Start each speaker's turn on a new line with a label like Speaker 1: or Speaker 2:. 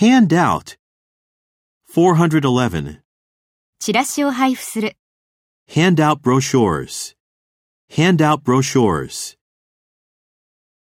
Speaker 1: Hand out. 411.
Speaker 2: チラシを配布する。
Speaker 1: Hand out brochures. Hand out brochures.